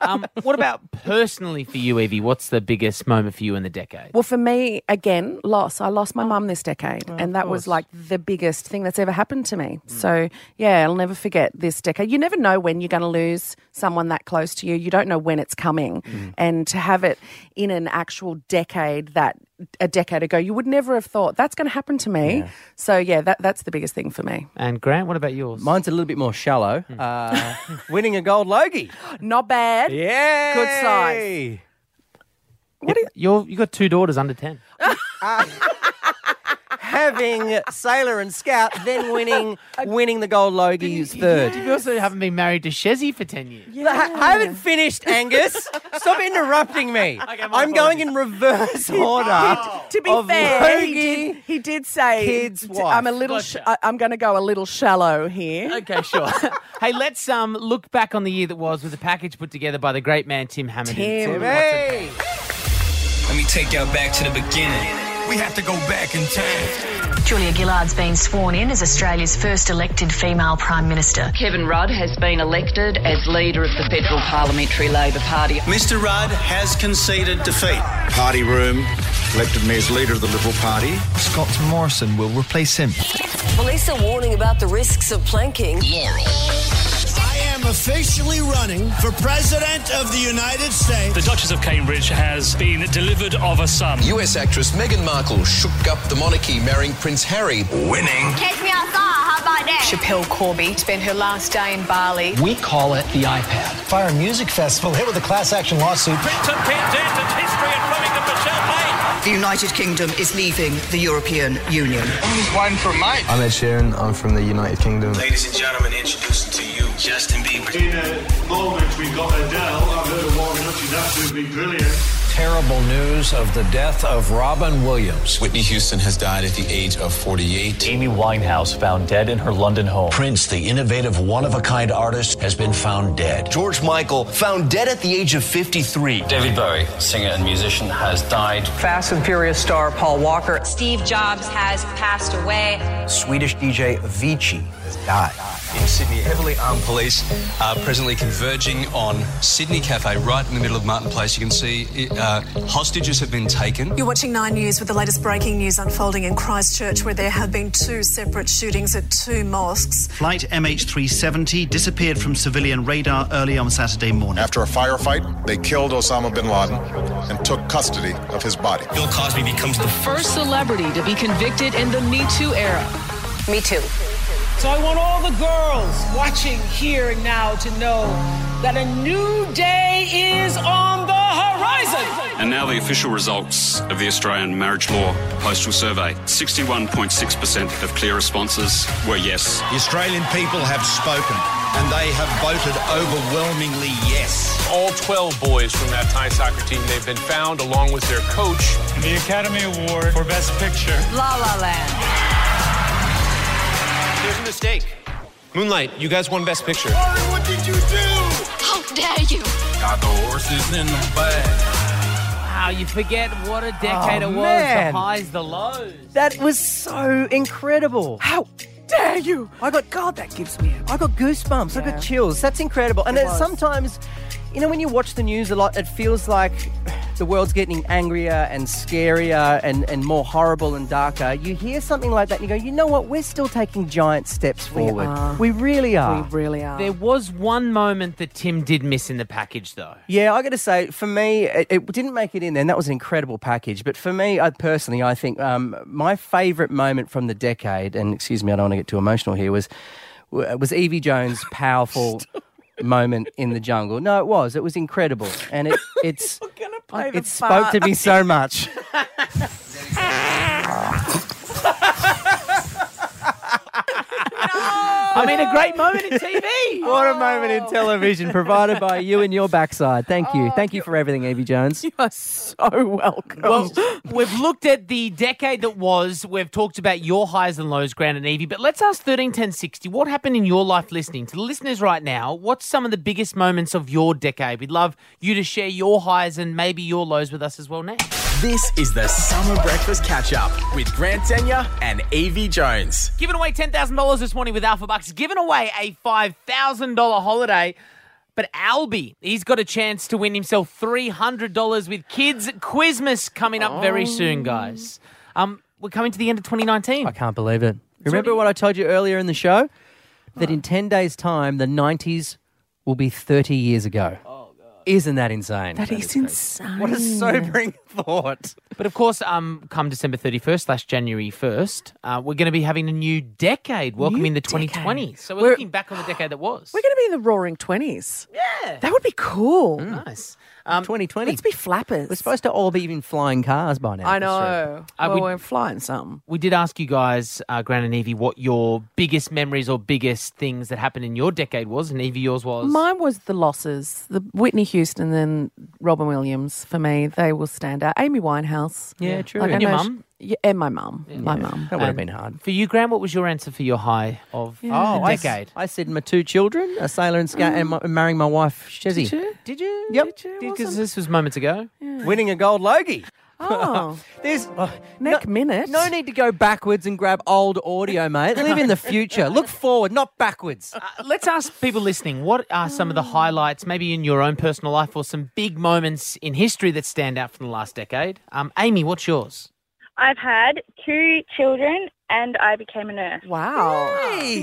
[SPEAKER 4] Um, what about personally for you, Evie? What's the biggest moment for you in the decade?
[SPEAKER 5] Well, for me, again, loss. I lost my mum this decade, and that was like the biggest thing that's ever happened to me. So, yeah, I'll never forget this decade. You never know when you're going to lose someone that close to you. You don't know when it's coming, and to have it in an actual decade that a decade ago you would never have thought that's going to happen to me. So, yeah, that that's the biggest thing for me.
[SPEAKER 4] And Grant, what about yours?
[SPEAKER 8] Mine's a little bit more shallow.
[SPEAKER 5] Hmm.
[SPEAKER 8] Uh, winning a gold Logie.
[SPEAKER 5] Not bad.
[SPEAKER 8] Yeah.
[SPEAKER 5] Good size.
[SPEAKER 4] What You're, you've got two daughters under 10.
[SPEAKER 8] Having Sailor and Scout, then winning winning the gold Logies third.
[SPEAKER 4] You also haven't been married to Shezzy for 10 years.
[SPEAKER 8] Ha- I haven't finished, Angus. Stop interrupting me. I'm going in reverse order.
[SPEAKER 5] To be
[SPEAKER 8] Oh, of
[SPEAKER 5] fair, he
[SPEAKER 8] Logie.
[SPEAKER 5] did, he did say,
[SPEAKER 8] kids'
[SPEAKER 5] "D-
[SPEAKER 8] wife."
[SPEAKER 5] "I'm a little, sh- I, am going to go a little shallow here."
[SPEAKER 4] Okay, sure. hey, let's um, look back on the year that was with a package put together by the great man Tim Hammond.
[SPEAKER 5] Tim.
[SPEAKER 14] Let me take y'all back to the beginning. We have to go back in time.
[SPEAKER 15] Julia Gillard's been sworn in as Australia's first elected female Prime Minister.
[SPEAKER 16] Kevin Rudd has been elected as leader of the Federal Parliamentary Labor Party.
[SPEAKER 17] Mr. Rudd has conceded defeat.
[SPEAKER 7] Party room elected me as leader of the Liberal Party.
[SPEAKER 17] Scott Morrison will replace him.
[SPEAKER 18] Police are warning about the risks of planking. Laurel.
[SPEAKER 17] I am officially running for President of the United States.
[SPEAKER 19] The Duchess of Cambridge has been delivered of a son. US actress Meghan Markle shook up the monarchy, marrying Prince Harry. Winning.
[SPEAKER 18] Catch me outside, how about that? Chappelle Corby spent her last day in Bali.
[SPEAKER 17] We call it the iPad. Fire Music Festival hit with a class action lawsuit.
[SPEAKER 18] The United Kingdom is leaving the European Union.
[SPEAKER 14] One for Mike.
[SPEAKER 17] I'm Ed Sheeran. I'm from the United Kingdom.
[SPEAKER 14] Ladies and gentlemen, introducing to you Justin Bieber. In a moment, we got Adele. I've heard her warming up. She's absolutely brilliant.
[SPEAKER 17] Terrible news of the death of Robin Williams.
[SPEAKER 20] Whitney Houston has died at the age of 48.
[SPEAKER 17] Amy Winehouse found dead in her London home. Prince, the innovative, one of a kind artist, has been found dead. George Michael found dead at the age of 53.
[SPEAKER 20] David Bowie, singer and musician, has died.
[SPEAKER 17] Fast and Furious star Paul Walker.
[SPEAKER 18] Steve Jobs has passed away.
[SPEAKER 17] Swedish DJ Avicii has died.
[SPEAKER 20] In Sydney, heavily armed police are presently converging on Sydney Cafe, right in the middle of Martin Place. You can see uh, hostages have been taken.
[SPEAKER 21] You're watching Nine News with the latest breaking news unfolding in Christchurch, where there have been two separate shootings at two mosques.
[SPEAKER 17] Flight MH370 disappeared from civilian radar early on Saturday morning.
[SPEAKER 22] After a firefight, they killed Osama bin Laden and took custody of his body.
[SPEAKER 20] Bill Cosby becomes the
[SPEAKER 16] First celebrity to be convicted in the Me Too era.
[SPEAKER 18] Me too.
[SPEAKER 23] So I want all the girls watching, hearing now to know that a new day is on the horizon.
[SPEAKER 24] And now the official results of the Australian Marriage Law Postal Survey. 61.6% of clear responses were yes.
[SPEAKER 17] The Australian people have spoken and they have voted overwhelmingly yes.
[SPEAKER 25] All 12 boys from that Thai soccer team, they've been found along with their coach. The Academy Award for Best Picture.
[SPEAKER 18] La La Land.
[SPEAKER 24] There's a mistake. Moonlight, you guys won Best Picture.
[SPEAKER 18] what did you do? How dare you?
[SPEAKER 24] Got the horses in the back.
[SPEAKER 4] Wow, you forget what a decade
[SPEAKER 8] Oh,
[SPEAKER 4] it was.
[SPEAKER 8] man.
[SPEAKER 4] The highs, the lows.
[SPEAKER 8] That was so incredible. How dare you? I got God. That gives me. I got goosebumps. I got chills. That's incredible. And
[SPEAKER 4] It
[SPEAKER 8] it's
[SPEAKER 4] was.
[SPEAKER 8] sometimes, you know, when you watch the news a lot, it feels like the world's getting angrier and scarier and, and more horrible and darker. You hear something like that and you go, you know what? We're still taking giant steps forward.
[SPEAKER 4] are.
[SPEAKER 8] We really are.
[SPEAKER 4] We really There was one moment that Tim did miss in the package, though.
[SPEAKER 8] Yeah, I got to say, for me, it, it didn't make it in there. And that was an incredible package. But for me, I personally, I think um, my favourite moment from the decade, and excuse me, I don't want to get too emotional here, was was Evie Jones' powerful moment in the jungle. No, it was. It was incredible, and it it's
[SPEAKER 5] play the
[SPEAKER 8] it spoke to
[SPEAKER 5] part.
[SPEAKER 8] me so much.
[SPEAKER 5] Oh,
[SPEAKER 4] I mean, a great moment in TV.
[SPEAKER 8] What a moment in television provided by you and your backside. Thank you. Thank
[SPEAKER 5] Oh,
[SPEAKER 8] you for everything, Evie Jones. You
[SPEAKER 5] are so welcome.
[SPEAKER 4] Well, we've looked at the decade that was. We've talked about your highs and lows, Grant and Evie. But let's ask thirteen ten sixty. What happened in your life listening to the listeners right now? What's some of the biggest moments of your decade? We'd love you to share your highs and maybe your lows with us as well. Now,
[SPEAKER 3] This is the Summer Breakfast Catch Up with Grant Tenya and Evie Jones.
[SPEAKER 4] giving away ten thousand dollars this morning with Alpha Bucks. Giving away a five thousand dollar holiday. But Albie, he's got a chance to win himself three hundred dollars with Kids Quizmas coming up very soon, guys. Um, we're coming to the end of twenty nineteen.
[SPEAKER 8] I can't believe it. Remember what I told you earlier in the show? That in 10 days' time, the 90s will be 30 years ago. Oh, God. Isn't that insane?
[SPEAKER 5] That is insane.
[SPEAKER 8] What a sobering thought.
[SPEAKER 4] But of course, um, come December 31st slash January 1st, uh, we're going to be having a new decade welcoming the 2020. So we're,
[SPEAKER 5] We're-
[SPEAKER 4] looking back on the decade that was.
[SPEAKER 5] We're going to be in the roaring 20s.
[SPEAKER 4] Yeah.
[SPEAKER 5] That would be cool.
[SPEAKER 4] Nice. Um,
[SPEAKER 8] 2020.
[SPEAKER 5] Let's be flappers.
[SPEAKER 8] We're supposed to all be in flying cars by now.
[SPEAKER 5] I know.
[SPEAKER 4] Uh,
[SPEAKER 5] well,
[SPEAKER 4] we-
[SPEAKER 5] we, are flying some.
[SPEAKER 4] We did ask you guys, uh, Gran and Evie, what your biggest memories or biggest things that happened in your decade was, and Evie, yours was.
[SPEAKER 5] Mine was the losses. The Whitney Houston and Robin Williams for me, they will stand out. Amy Winehouse.
[SPEAKER 4] Yeah, true.
[SPEAKER 5] I
[SPEAKER 4] And your
[SPEAKER 5] know
[SPEAKER 4] mum?
[SPEAKER 5] she- yeah, and my mum. My mum.
[SPEAKER 8] That would have
[SPEAKER 4] And
[SPEAKER 8] been hard.
[SPEAKER 4] For you, Graham, what was your answer for your high of
[SPEAKER 8] Oh,
[SPEAKER 4] the
[SPEAKER 8] I s-
[SPEAKER 4] decade?
[SPEAKER 8] I, said my two children, a sailor and, sca- and, my, and marrying my wife, Shezzy.
[SPEAKER 4] Did you?
[SPEAKER 8] Yep.
[SPEAKER 4] Because this was moments ago.
[SPEAKER 8] Winning a gold Logie.
[SPEAKER 5] Oh.
[SPEAKER 8] There's oh,
[SPEAKER 5] Neck minute.
[SPEAKER 8] no need to go backwards and grab old audio, mate. Live in the future. Look forward, not backwards.
[SPEAKER 4] Uh, Let's ask people listening what are some of the highlights, maybe in your own personal life, or some big moments in history that stand out from the last decade? Um, Amy, what's yours?
[SPEAKER 26] I've had two children and I became a nurse.
[SPEAKER 5] Wow.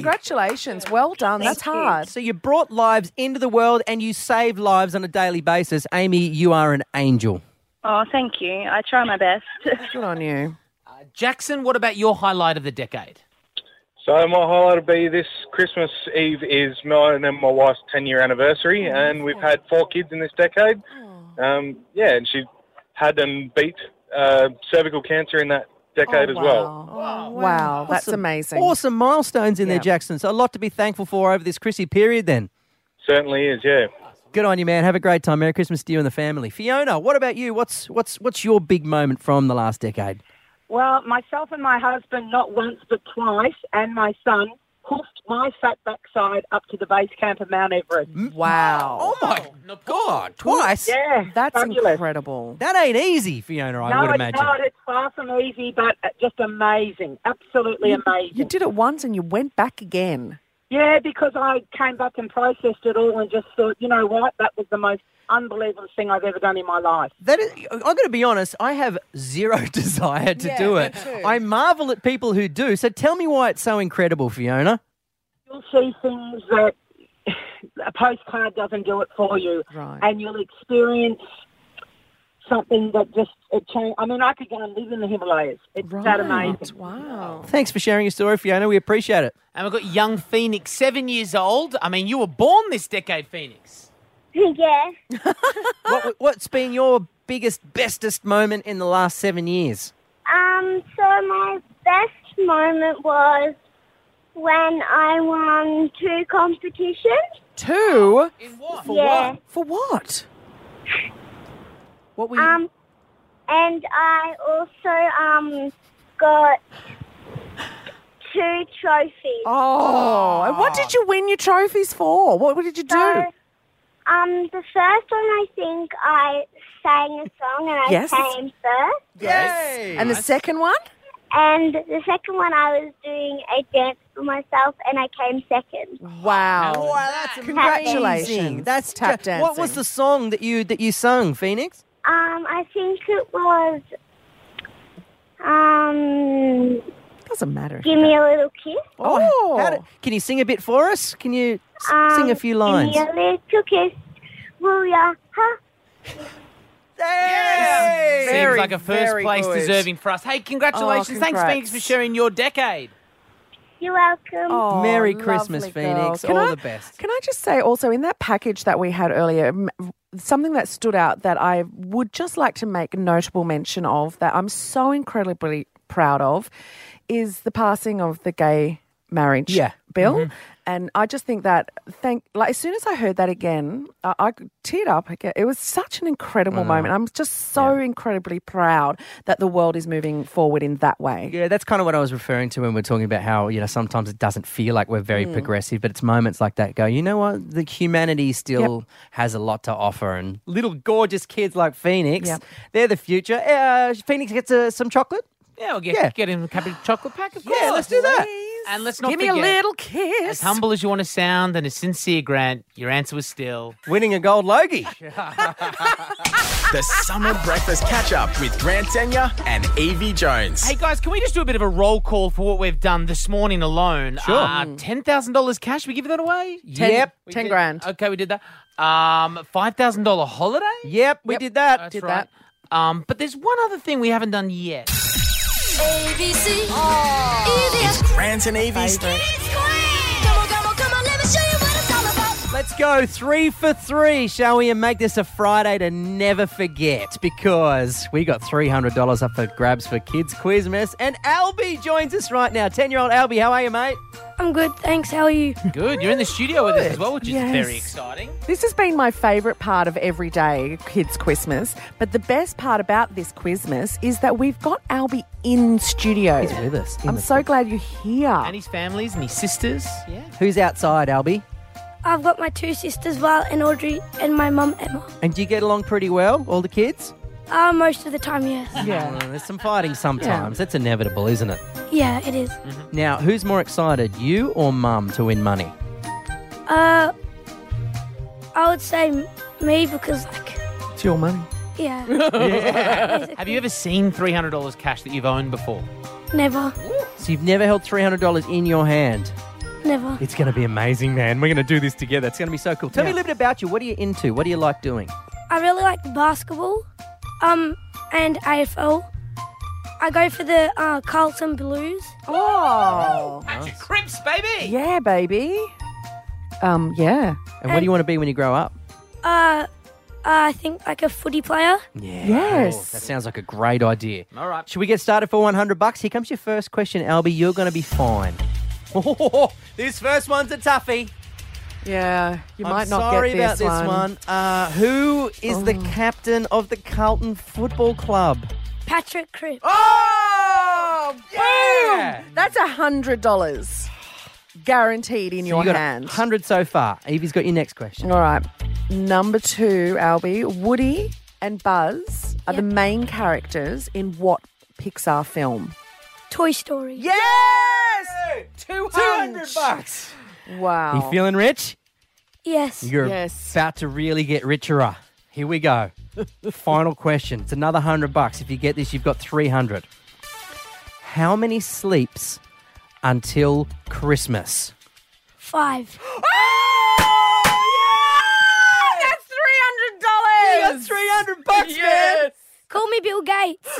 [SPEAKER 5] Congratulations. Well done. That's hard.
[SPEAKER 8] So you brought lives into the world and you save lives on a daily basis. Amy, you are an angel.
[SPEAKER 26] Oh, thank you. I try my best.
[SPEAKER 5] Good on you.
[SPEAKER 4] Jackson, what about your highlight of the decade?
[SPEAKER 1] So my highlight will be this Christmas Eve is mine and my wife's 10-year anniversary,
[SPEAKER 21] Mm.
[SPEAKER 1] and we've had four kids in this decade.
[SPEAKER 21] Oh.
[SPEAKER 1] Um, yeah, and she had and beat uh, cervical cancer in that decade as well.
[SPEAKER 5] Oh, Wow. That's amazing.
[SPEAKER 8] Awesome milestones in there,
[SPEAKER 5] Yeah.
[SPEAKER 8] Jackson. So a lot to be thankful for over this Chrissy period then.
[SPEAKER 1] Certainly is, yeah.
[SPEAKER 8] Good on you, man. Have a great time. Merry Christmas to you and the family. Fiona, what about you? What's what's what's your big moment from the last decade?
[SPEAKER 9] Well, myself and my husband, not once but twice, and my son hoofed my fat backside up to the base camp of Mount Everest.
[SPEAKER 5] Wow.
[SPEAKER 8] Oh my God, twice?
[SPEAKER 9] Yeah,
[SPEAKER 5] Mm, That's
[SPEAKER 9] fabulous.
[SPEAKER 5] incredible.
[SPEAKER 8] That ain't easy, Fiona, I
[SPEAKER 9] no,
[SPEAKER 8] would
[SPEAKER 9] it's
[SPEAKER 8] imagine.
[SPEAKER 9] not. It's far from easy, but uh, just amazing. Absolutely amazing.
[SPEAKER 5] You did it once and you went back again.
[SPEAKER 9] Yeah, because I came back and processed it all and just thought, you know what, that was the most unbelievable thing I've ever done in my life.
[SPEAKER 8] That is, I'm going to be honest. I have zero desire to
[SPEAKER 9] Yeah,
[SPEAKER 8] do
[SPEAKER 9] me
[SPEAKER 8] it.
[SPEAKER 9] too.
[SPEAKER 8] I marvel at people who do. So tell me why it's so incredible, Fiona.
[SPEAKER 9] You'll see things that a postcard doesn't do it for you,
[SPEAKER 5] Right.
[SPEAKER 9] and you'll experience something that just it changed. I mean, I could go and live in the Himalayas. It's that amazing.
[SPEAKER 5] Wow.
[SPEAKER 8] Thanks for sharing your story, Fiona. We appreciate it.
[SPEAKER 4] And we've got young Phoenix, seven years old. I mean, you were born this decade, Phoenix.
[SPEAKER 11] Yeah.
[SPEAKER 9] Ah.
[SPEAKER 8] what, what's been your biggest, bestest moment in the last seven years?
[SPEAKER 11] Um, so my best moment was when I won two competitions.
[SPEAKER 5] Two?
[SPEAKER 11] For Yeah. what?
[SPEAKER 5] For what?
[SPEAKER 8] What were
[SPEAKER 5] you?
[SPEAKER 11] Um, and I also um got two trophies.
[SPEAKER 5] Oh, and what did you win your trophies for? What, what did you do?
[SPEAKER 11] So, um, the first one I think I sang a song and I
[SPEAKER 5] Yes.
[SPEAKER 11] came first.
[SPEAKER 5] Yes. And the second one?
[SPEAKER 11] And the second one I was doing a dance for myself and I came second.
[SPEAKER 5] Wow.
[SPEAKER 8] that's
[SPEAKER 5] Oh, Congratulations.
[SPEAKER 8] That's
[SPEAKER 5] Tap
[SPEAKER 8] ju- What was
[SPEAKER 5] dancing.
[SPEAKER 8] the song that you that you sung, Phoenix?
[SPEAKER 11] Um, I think it was. Um,
[SPEAKER 5] Doesn't matter.
[SPEAKER 11] give me a little kiss.
[SPEAKER 8] Oh, how did- can you sing a bit for us? Can you s- sing a
[SPEAKER 11] Um,
[SPEAKER 8] few lines?
[SPEAKER 11] Give me a little kiss. Will ya? Huh?
[SPEAKER 8] Hey!
[SPEAKER 4] Seems like a first
[SPEAKER 11] very
[SPEAKER 4] place
[SPEAKER 11] good.
[SPEAKER 4] deserving for us. Hey, congratulations. Thanks,
[SPEAKER 11] congrats.
[SPEAKER 4] Phoenix, for sharing your decade.
[SPEAKER 11] You're welcome.
[SPEAKER 9] Oh,
[SPEAKER 8] Merry
[SPEAKER 5] lovely
[SPEAKER 8] Christmas, Phoenix.
[SPEAKER 5] girl. Can
[SPEAKER 8] All
[SPEAKER 5] I-
[SPEAKER 8] the best.
[SPEAKER 5] Can I just say also in that package that we had earlier, m- something that stood out that I would just like to make notable mention of that I'm so incredibly proud of is the passing of the gay marriage
[SPEAKER 8] Yeah. Mm-hmm.
[SPEAKER 5] bill. And I just think that thank like as soon as I heard that again, I, I teared up. again. It was such an incredible
[SPEAKER 8] Mm.
[SPEAKER 5] moment. I'm just so incredibly proud that the world is moving forward in that way.
[SPEAKER 8] Yeah, that's kind of what I was referring to when we're talking about how you know sometimes it doesn't feel like we're very
[SPEAKER 5] Mm.
[SPEAKER 8] progressive, but it's moments like that go. You know what? The humanity still has a lot to offer, and little gorgeous kids like Phoenix,
[SPEAKER 4] Yep.
[SPEAKER 8] they're the future. Uh, Phoenix gets uh, some chocolate.
[SPEAKER 4] Yeah, we'll get,
[SPEAKER 8] Yeah.
[SPEAKER 4] get him a cup of chocolate pack, of course.
[SPEAKER 8] Yeah, let's do that.
[SPEAKER 4] And let's not
[SPEAKER 5] Give me a
[SPEAKER 4] forget,
[SPEAKER 5] little kiss.
[SPEAKER 4] As humble as you want to sound and as sincere, Grant, your answer was still
[SPEAKER 8] winning a gold Logie.
[SPEAKER 3] The Summer Breakfast Catch Up with Grant Senya and Evie Jones.
[SPEAKER 4] Hey guys, can we just do a bit of a roll call for what we've done this morning alone?
[SPEAKER 3] Sure.
[SPEAKER 4] Uh, ten thousand dollars cash. We give that away.
[SPEAKER 8] Ten- Yep.
[SPEAKER 4] We
[SPEAKER 5] Mm. ten
[SPEAKER 4] did-
[SPEAKER 5] grand.
[SPEAKER 4] Okay, we did that. Um, five thousand dollar holiday.
[SPEAKER 8] Yep, we did that.
[SPEAKER 4] That's
[SPEAKER 8] Did
[SPEAKER 4] right. that. Um, but there's one other thing we haven't done yet.
[SPEAKER 9] ABC.
[SPEAKER 18] Oh.
[SPEAKER 9] E
[SPEAKER 3] It's Grant and Evie's
[SPEAKER 9] Come on, come on, come on, let me show you what it's all about.
[SPEAKER 8] Let's go three for three, shall we? And make this a Friday to never forget because we got $300 up for grabs for Kids Quizmas. And Albie joins us right now. 10 year old Albie, how are you, mate?
[SPEAKER 9] I'm good, thanks. How are you?
[SPEAKER 4] Good. You're in the studio with us as well, which is
[SPEAKER 5] Yes.
[SPEAKER 4] very exciting.
[SPEAKER 5] This has been my favourite part of every day, kids' Christmas. But the best part about this Christmas is that we've got Albie in studio.
[SPEAKER 8] He's with us in
[SPEAKER 5] I'm
[SPEAKER 8] the
[SPEAKER 5] so glad you're here.
[SPEAKER 4] And his families and his sisters. Yeah.
[SPEAKER 8] Who's outside, Albie?
[SPEAKER 9] I've got my two sisters, Violet and Audrey, and my mum, Emma.
[SPEAKER 8] And do you get along pretty well, all the kids?
[SPEAKER 9] Uh, most of the time, yes.
[SPEAKER 8] Oh, there's some fighting sometimes. That's inevitable, isn't it?
[SPEAKER 9] Yeah, it is.
[SPEAKER 5] Mm-hmm.
[SPEAKER 8] Now, who's more excited, you or mum, to win money?
[SPEAKER 9] Uh, I would say m- me because, like,
[SPEAKER 8] It's your money.
[SPEAKER 9] yeah.
[SPEAKER 4] Have you ever seen three hundred dollars cash that you've owned before?
[SPEAKER 9] Never,
[SPEAKER 8] So you've never held $300 in your hand.
[SPEAKER 9] never.
[SPEAKER 8] It's going to be amazing, man. We're going to do this together. It's going to be so cool. Tell me a little bit about you. What are you into? What do you like doing?
[SPEAKER 9] I really like basketball, um, and AFL. I go for the uh, Carlton Blues.
[SPEAKER 5] Oh,
[SPEAKER 4] That's your Crips, baby.
[SPEAKER 5] Yeah, baby. Um, yeah.
[SPEAKER 8] And what do you want to be when you grow up?
[SPEAKER 9] Uh, I think like a footy player.
[SPEAKER 8] Yeah.
[SPEAKER 9] Yes.
[SPEAKER 8] That sounds like a great idea.
[SPEAKER 4] All right.
[SPEAKER 8] Should we get started for 100 bucks? Here comes your first question, Albie. You're going to be fine. this first one's a toughie.
[SPEAKER 5] Yeah, you
[SPEAKER 8] I'm
[SPEAKER 5] might not
[SPEAKER 8] sorry
[SPEAKER 5] get
[SPEAKER 8] about
[SPEAKER 5] this
[SPEAKER 8] this one. Oh. Uh, who is the captain of the Carlton Football Club?
[SPEAKER 9] Patrick Cripps.
[SPEAKER 5] Oh, boom! That's a hundred dollars guaranteed in your
[SPEAKER 8] you got
[SPEAKER 5] hand.
[SPEAKER 8] 100 so far. Evie's got your next question.
[SPEAKER 5] All right. Number two, Albie, Woody and Buzz are the main characters in what Pixar film?
[SPEAKER 9] Toy Story.
[SPEAKER 5] Yes! 200
[SPEAKER 8] bucks.
[SPEAKER 5] Wow.
[SPEAKER 8] You feeling rich?
[SPEAKER 9] Yes.
[SPEAKER 8] You're
[SPEAKER 5] Yes.
[SPEAKER 8] about to really get richer. Here we go. Final question. It's another 100 bucks. If you get this, you've got 300. How many sleeps until Christmas?
[SPEAKER 9] Five.
[SPEAKER 5] That's three hundred dollars.
[SPEAKER 9] That's
[SPEAKER 8] three hundred bucks, man.
[SPEAKER 9] Call me Bill Gates.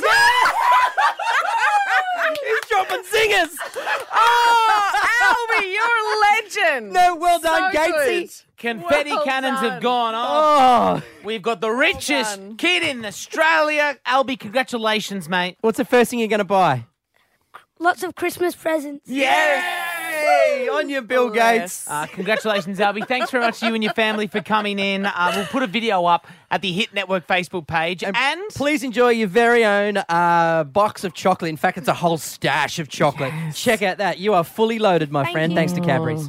[SPEAKER 8] He's dropping zingers.
[SPEAKER 5] Oh, Albie, you're a legend.
[SPEAKER 8] No, well done,
[SPEAKER 5] So
[SPEAKER 8] Gatesy.
[SPEAKER 4] Confetti
[SPEAKER 5] Well
[SPEAKER 4] cannons
[SPEAKER 5] done.
[SPEAKER 4] have gone
[SPEAKER 8] Oh.
[SPEAKER 4] off. We've got the richest kid in Australia. Albie, congratulations, mate.
[SPEAKER 8] What's the first thing you're going to buy?
[SPEAKER 9] Lots of Christmas presents.
[SPEAKER 8] Yay! On your Bill Gates.
[SPEAKER 4] Uh, congratulations, Albie. Thanks very much to you and your family for coming in. Uh, we'll put a video up at the Hit Network Facebook page. And,
[SPEAKER 8] Please enjoy your very own uh, box of chocolate. In fact, it's a whole stash of chocolate. Check out that. You are fully loaded, my
[SPEAKER 4] Thank
[SPEAKER 8] friend.
[SPEAKER 4] you.
[SPEAKER 8] Thanks to Cadbury's.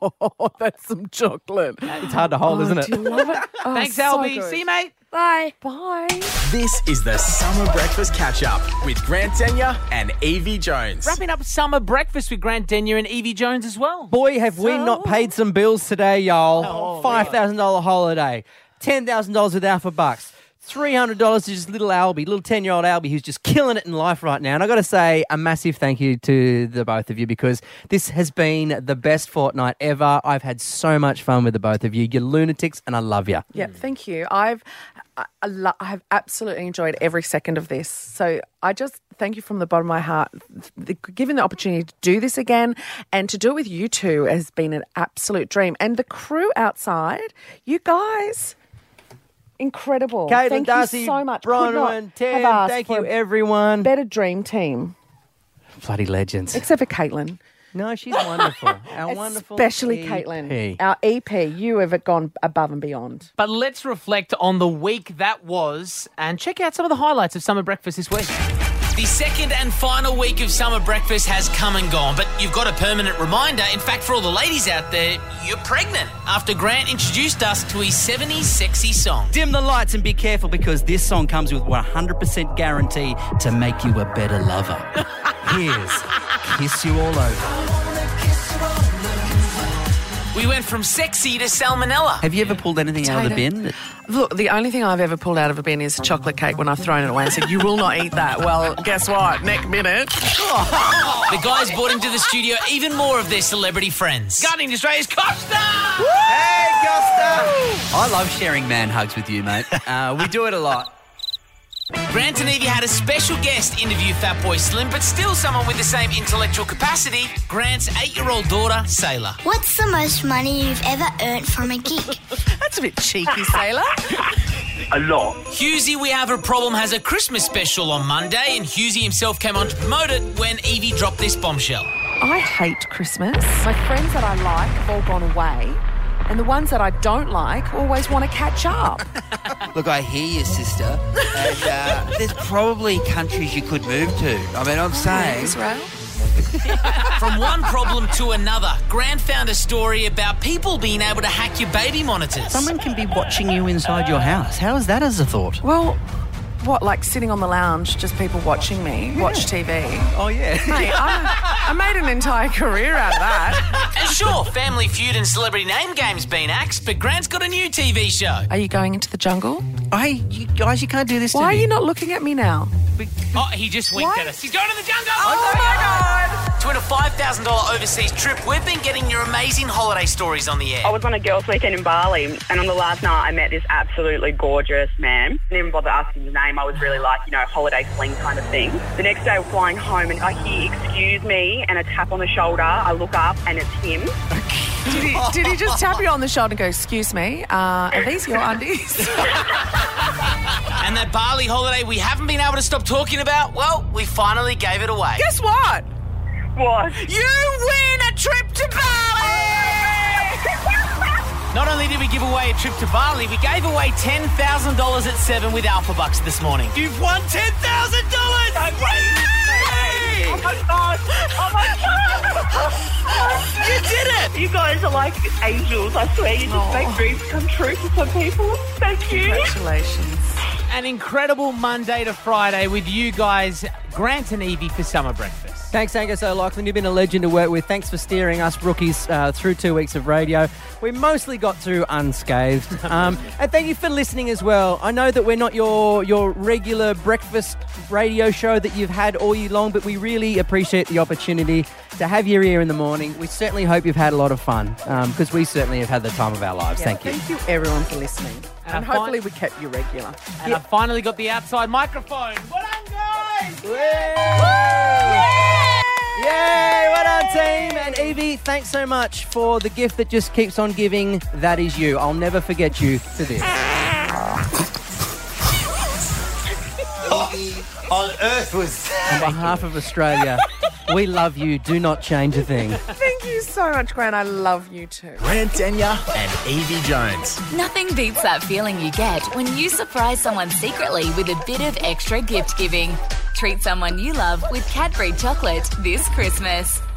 [SPEAKER 5] Oh, that's some chocolate.
[SPEAKER 8] It's hard to hold, isn't it?
[SPEAKER 4] Thanks,
[SPEAKER 3] so
[SPEAKER 4] Albie.
[SPEAKER 3] good.
[SPEAKER 4] See you, mate.
[SPEAKER 9] Bye.
[SPEAKER 5] Oh, Bye.
[SPEAKER 3] This is the Summer Breakfast Catch Up with Grant Senya and Evie Jones.
[SPEAKER 4] Wrapping up summer breakfast with Grant Denyer and Evie Jones as well.
[SPEAKER 8] Boy, have we not paid some bills today,
[SPEAKER 5] Oh,
[SPEAKER 8] y'all. $5,000 holiday, $10,000 with Alpha Bucks. $300 to just little Albie, little 10 year old Albie, who's just killing it in life right now. And i got to say a massive thank you to the both of you because this has been the best fortnight ever. I've had so much fun with the both of you. You're lunatics, and I love you.
[SPEAKER 5] Yeah, thank you. I've I, I lo- I have absolutely enjoyed every second of this. So I just thank you from the bottom of my heart. The, given the opportunity to do this again and to do it with you two has been an absolute dream. And the crew outside, you guys, incredible.
[SPEAKER 8] Caitlin,
[SPEAKER 5] thank
[SPEAKER 8] Darcy,
[SPEAKER 5] you so much. Could
[SPEAKER 8] Bronwyn,
[SPEAKER 5] not
[SPEAKER 8] Tim,
[SPEAKER 5] have asked
[SPEAKER 8] thank
[SPEAKER 5] for
[SPEAKER 8] you,
[SPEAKER 5] a
[SPEAKER 8] everyone.
[SPEAKER 5] Better dream team,
[SPEAKER 8] Bloody legends.
[SPEAKER 5] except for Caitlin.
[SPEAKER 8] No, she's wonderful. Our wonderful. E
[SPEAKER 27] Especially
[SPEAKER 5] E
[SPEAKER 8] EP.
[SPEAKER 27] Caitlin. Our EP, you have gone above and beyond.
[SPEAKER 4] But let's reflect on the week that was and check out some of the highlights of Summer Breakfast this week. The second and final week of Summer Breakfast has come and gone, but you've got a permanent reminder. In fact, for all the ladies out there, you're pregnant after Grant introduced us to his 70 sexy song.
[SPEAKER 6] Dim the lights and be careful because this song comes with 100% guarantee to make you a better lover. Here's Kiss You All Over.
[SPEAKER 4] We went from sexy to salmonella.
[SPEAKER 6] Have you ever pulled anything out of the bin? that-
[SPEAKER 5] Look, the only thing I've ever pulled out of a bin is a chocolate cake when I've thrown it away and said, You will not eat that. Well, guess what? Next minute.
[SPEAKER 4] the guys brought into the studio even more of their celebrity friends. Guarding Australia's Costa!
[SPEAKER 6] Hey, Costa! I love sharing man hugs with you, mate. Uh, we do it a lot.
[SPEAKER 4] Grant and Evie had a special guest interview Fatboy Slim, but still someone with the same intellectual capacity, Grant's eight-year-old daughter, Sailor.
[SPEAKER 28] What's the most money you've ever earned from a gig?
[SPEAKER 5] That's a bit cheeky, Sailor.
[SPEAKER 4] A lot. Husey We Have a Problem has a Christmas special on Monday, and Husey himself came on to promote it when Evie dropped this bombshell.
[SPEAKER 27] I hate Christmas. My friends that I like have all gone away, and the ones that I don't like always want to catch up.
[SPEAKER 6] Look, I hear you, sister. And, uh, there's probably countries you could move to. I mean, I'm saying.
[SPEAKER 4] From one problem to another, Grant found a story about people being able to hack your baby monitors.
[SPEAKER 6] Someone can be watching you inside your house. How is that as a thought? Well,
[SPEAKER 5] What, like sitting on the lounge, just people watching me watch TV?
[SPEAKER 6] Oh, yeah.
[SPEAKER 5] Mate, I, I made an entire career out of that.
[SPEAKER 4] And sure, Family Feud and Celebrity Name Game's been axed, but Grant's got a new TV show.
[SPEAKER 5] Are you going into the jungle?
[SPEAKER 6] Hey, you guys, you can't do this
[SPEAKER 5] Why are you not looking at me now?
[SPEAKER 4] Oh, he just winked at us. He's going to the jungle!
[SPEAKER 5] Oh, my
[SPEAKER 4] God! To win a $5,000 overseas trip, we've been getting your amazing holiday stories on the air.
[SPEAKER 9] I was on a girls' weekend in Bali, and on the last night, I met this absolutely gorgeous man. Didn't even bother asking his name. I was really like, you know, holiday fling kind of thing. The next day, we're flying home, and I hear "excuse me" and a tap on the shoulder. I look up, and it's him.
[SPEAKER 5] Did he, did he just tap you on the shoulder and go, Excuse me, uh, are these your undies?
[SPEAKER 4] And that Bali holiday we haven't been able to stop talking about, well, we finally gave it away.
[SPEAKER 5] Guess what?
[SPEAKER 9] What?
[SPEAKER 4] You win a trip to Bali! Not only did we give away a trip to Bali, we gave away $10,000 at 7 with Alpha Bucks this morning. You've won $10,000!
[SPEAKER 9] Oh my god! Oh my god!
[SPEAKER 4] you did it!
[SPEAKER 9] You guys are like angels. I swear, you just make dreams come true for some people. Thank you.
[SPEAKER 5] Congratulations.
[SPEAKER 4] An incredible Monday to Friday with you guys, Grant and Evie, for summer breakfast.
[SPEAKER 8] Thanks, Angus O'Loughlin. You've been a legend to work with. Thanks for steering us rookies uh, through two weeks of radio. We mostly got through unscathed. Um, and thank you for listening as well. I know that we're not your, your regular breakfast radio show that you've had all year long, but we really appreciate the opportunity to have your ear in the morning. We certainly hope you've had a lot of fun because we certainly have had the time of our lives.
[SPEAKER 27] Yeah,
[SPEAKER 8] thank you.
[SPEAKER 27] Thank you, everyone, for listening. And,
[SPEAKER 4] And I
[SPEAKER 27] hopefully, we kept you regular.
[SPEAKER 4] And I finally got the outside microphone. What up, guys?
[SPEAKER 8] Yay! What up, team? And Evie, thanks so much for the gift that just keeps on giving. That is you. I'll never forget you for this.
[SPEAKER 13] On earth was.
[SPEAKER 8] On behalf of Australia, we love you. Do not change a thing.
[SPEAKER 5] Thank you so much, Grant. I love you too.
[SPEAKER 3] Grant Denyer and Evie Jones.
[SPEAKER 29] Nothing beats that feeling you get when you surprise someone secretly with a bit of extra gift giving. Treat someone you love with Cadbury chocolate this Christmas.